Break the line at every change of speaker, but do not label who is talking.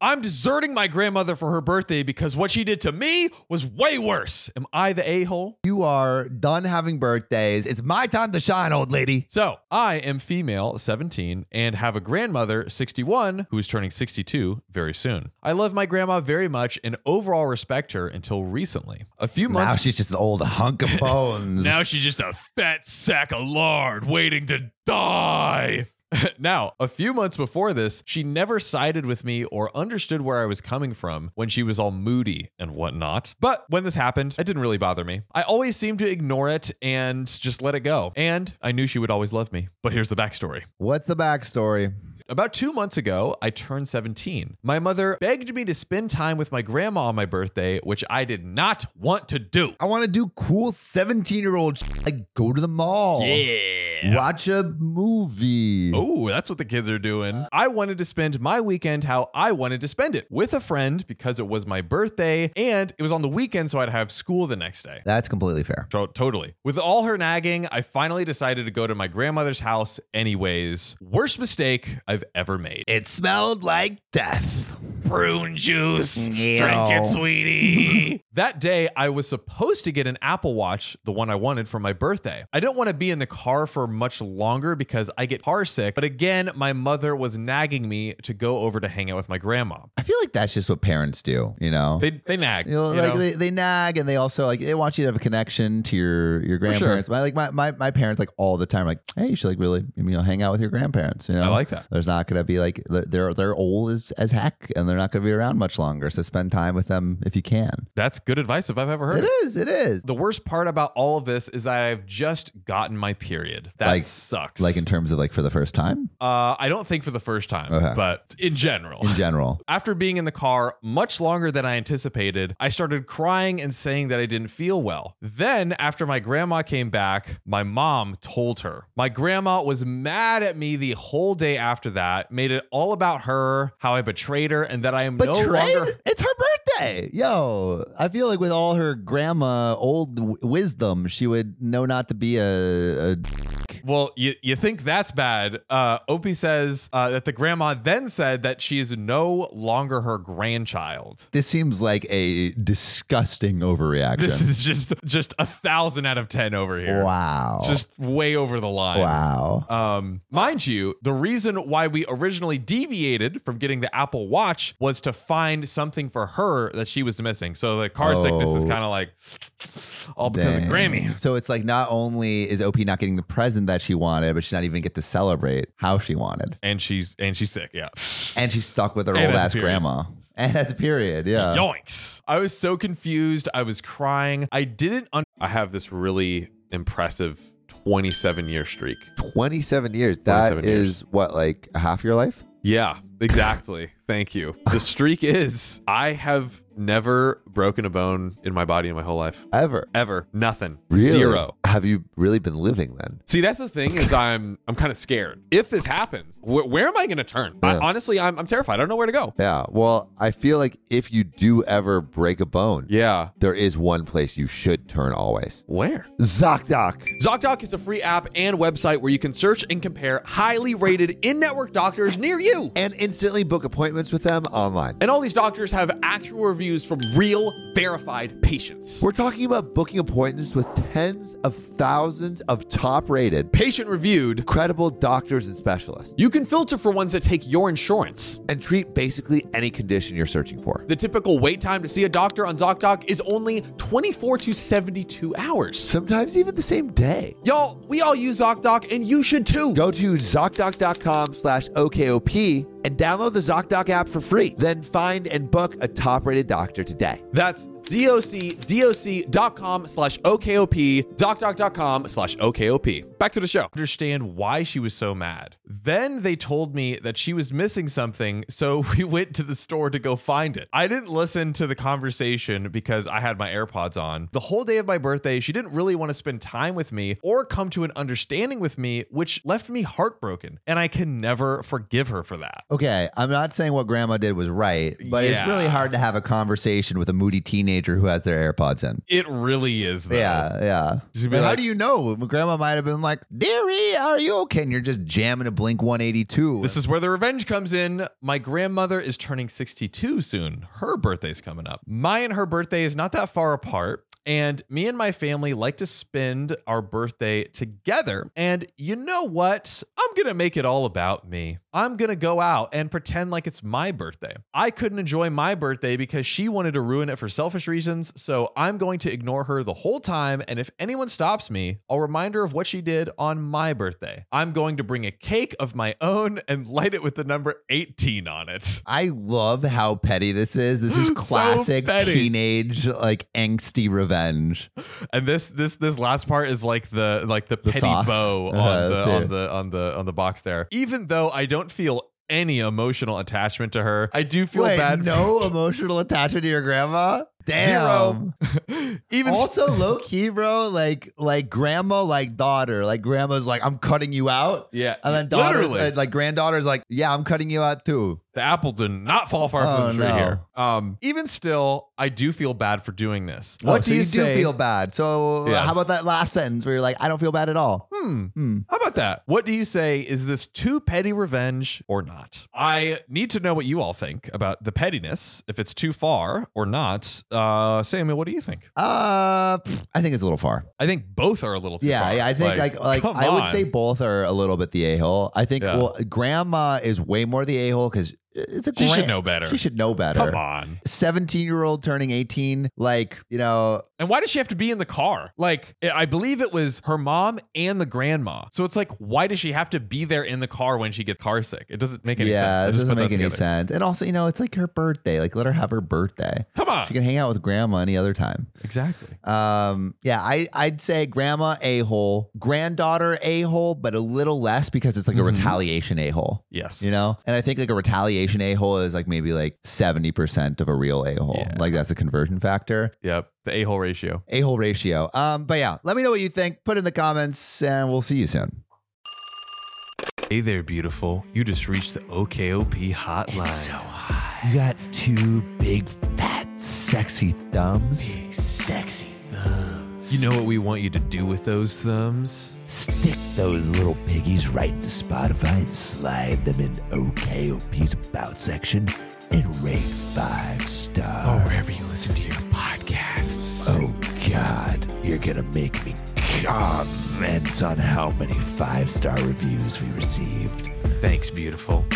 I'm deserting my grandmother for her birthday because what she did to me was way worse. Am I the a hole?
You are done having birthdays. It's my time to shine, old lady.
So, I am female, 17, and have a grandmother, 61, who is turning 62 very soon. I love my grandma very much and overall respect her until recently. A few months
Now she's just an old hunk of bones.
Now she's just a fat sack of lard waiting to die. now, a few months before this, she never sided with me or understood where I was coming from when she was all moody and whatnot. But when this happened, it didn't really bother me. I always seemed to ignore it and just let it go. And I knew she would always love me. But here's the backstory.
What's the backstory?
About two months ago, I turned 17. My mother begged me to spend time with my grandma on my birthday, which I did not want to do.
I want to do cool 17 year old shit, like go to the
Oh.
mall.
Yeah.
Watch a movie.
Oh, that's what the kids are doing. I wanted to spend my weekend how I wanted to spend it with a friend because it was my birthday and it was on the weekend, so I'd have school the next day.
That's completely fair.
To- totally. With all her nagging, I finally decided to go to my grandmother's house, anyways. Worst mistake I've ever made.
It smelled like death.
Prune juice.
Ew.
sweetie. that day, I was supposed to get an Apple Watch, the one I wanted for my birthday. I didn't want to be in the car for much longer because I get car sick. But again, my mother was nagging me to go over to hang out with my grandma.
I feel like that's just what parents do, you know?
They they nag.
You know,
you
like
know?
They, they nag and they also like they want you to have a connection to your your grandparents. My like my, my my parents like all the time like hey you should like really you know hang out with your grandparents. You know
I like that.
There's not gonna be like they're they're old as, as heck and they're not gonna be around much longer. So spend time with them if you can.
That's good advice if I've ever heard.
It
it.
is it is
The worst part about all of this is that I've just gotten my period. That
Like-
sucks.
like in terms of like for the first time
uh, I don't think for the first time,
Okay.
but in general.
in general.
After being in the car much longer than I anticipated, I started crying and saying that I didn't feel well. Then, after my grandma came back, my mom told her. My grandma was mad at me the whole day after that, made it all about her, how I betrayed her, and that I am
Betrayed?
no longer.
It's her birthday. Yo, I feel like with all her grandma old w- wisdom, she would know not to be a, a
Well, you, you think that's bad. Uh, Opie says uh, that the grandma then said that she is no longer her grandchild.
This seems like a disgusting overreaction.
This is just just a thousand out of ten over here.
wow.
Just way over the line.
wow.
Um, mind you, the reason why we originally deviated from getting the Apple Watch was to find something for her that she was missing. So the car sickness is
Oh.
kind of like all because
Dang.
of Grammy.
So it's like not only is OP not getting the present that she wanted, but she's not even get to celebrate how she wanted.
And she's and she's sick. Yeah.
And she's stuck with her
And
old
has a
ass
period.
grandma. And that's a period. Yeah.
Yoinks. I was so confused. I was crying. I didn't. Un- I have this really impressive 27 year streak.
27 years. That
27 years.
is what, like half your life?
Yeah, exactly. Thank you. The streak is I have never broken a bone in my body in my whole life.
Ever.
Ever. Nothing.
Really?
Zero.
Have you really been living then?
See, that's the thing is I'm I'm kind of scared. If this happens, wh- where am I going to turn? I,
Yeah.
honestly, I'm, I'm terrified. I don't know where to go.
Yeah. Well, I feel like if you do ever break a bone,
Yeah.
there is one place you should turn always.
Where?
ZocDoc.
ZocDoc is a free app and website where you can search and compare highly rated in-network doctors near you.
And instantly book appointments with them online.
And all these doctors have actual reviews from real, verified patients.
We're talking about booking appointments with tens of thousands of top rated,
Patient reviewed,
credible doctors and specialists,
you can filter for ones that take your insurance.
and treat basically any condition you're searching for.
The typical wait time to see a doctor on ZocDoc is only 24 to 72 hours.
Sometimes even the same day.
Y'all, we all use ZocDoc and you should too.
Go to ZocDoc.com slash OKOP and download the ZocDoc app for free. Then find and book a top rated doctor today.
That's docdoc.com slash OKOP, docdoc.com slash OKOP. Back to the show. Understand why she was so mad. Then they told me that she was missing something, so we went to the store to go find it. I didn't listen to the conversation because I had my AirPods on. The whole day of my birthday, she didn't really want to spend time with me or come to an understanding with me, which left me heartbroken, and I can never forgive her for that.
Okay, I'm not saying what grandma did was right, but
Yeah.
it's really hard to have a conversation with a moody teenager who has their AirPods in.
It really is, though.
Yeah, yeah.
She'd be
Well, how
like-
do you know? Grandma might have been like, "Dearie, are you okay?" And you're just jamming a Blink 182.
This is where the revenge comes in. My grandmother is turning 62 soon. Her birthday's coming up. My and her birthday is not that far apart. And me and my family like to spend our birthday together. And you know what? I'm going to make it all about me. I'm going to go out and pretend like it's my birthday. I couldn't enjoy my birthday because she wanted to ruin it for selfish reasons. So I'm going to ignore her the whole time. And if anyone stops me, I'll remind her of what she did on my birthday. I'm going to bring a cake of my own and light it with the number 18 on it.
I love how petty this is. This is
So
classic
petty.
teenage, like angsty revenge.
And this this this last part is like the like the, petty
sauce.
bow on,
Uh-huh, that's
the,
it.
on the on the on the box there. Even though I don't feel any emotional attachment to her, I do feel
Wait,
bad.
no emotional attachment to your grandma? Damn.
Zero. Even s-
Also, low key, bro. Like, like grandma, like daughter. Like grandma's like, I'm cutting you out.
yeah,
And then daughter's
literally.
uh, like granddaughter's like, yeah, I'm cutting you out too.
The apple did not fall far
Oh,
from the tree
no.
here. Um, even still, I do feel bad for doing this.
Oh,
What
so
do you,
do
say?
feel bad? So uh,
Yeah.
how about that last sentence where you're like, I don't feel bad at all.
hmm.
Hmm.
How about that? What do you say? Is this too petty revenge or not? I need to know what you all think about the pettiness, if it's too far or not. Uh, Samuel, what do you think?
Uh, pff, I think it's a little far.
I think both are a little too
Yeah,
far.
yeah, I think like like,
come
I would
on.
say both are a little bit the a hole. I think
Yeah.
well, grandma is way more the a hole because it's a
she
gran-
should know better.
She should know better.
Come on.
17 year old turning 18 like you know
And why does she have to be in the car? Like, I I believe it was her mom and the grandma. So it's like, why does she have to be there in the car when she gets car sick? It doesn't make any
yeah
sense. I just
it doesn't
put that
make any
together.
sense and also you know it's like her birthday like let her have her birthday
Come on.
she can hang out with grandma any other time
Exactly.
um yeah i i'd say grandma a-hole granddaughter a-hole but a little less because it's like a
Mhm.
retaliation a-hole
Yes.
you know and i think like a retaliation a-hole is like maybe like 70% of a real a-hole
Yeah.
like that's a conversion factor
Yep. The a hole ratio.
a hole ratio. Um, but yeah, let me know what you think. Put it in the comments, and we'll see you soon.
Hey there, beautiful. You just reached the OKOP hotline.
You got two big, fat, sexy thumbs.
sexy thumbs. You know what we want you to do with those thumbs?
Stick those little piggies right into Spotify and slide them in OKOP's About section and rate five stars.
wherever you listen to your podcasts.
Oh, God, you're gonna make me comments on how many five star reviews we received.
Thanks, beautiful.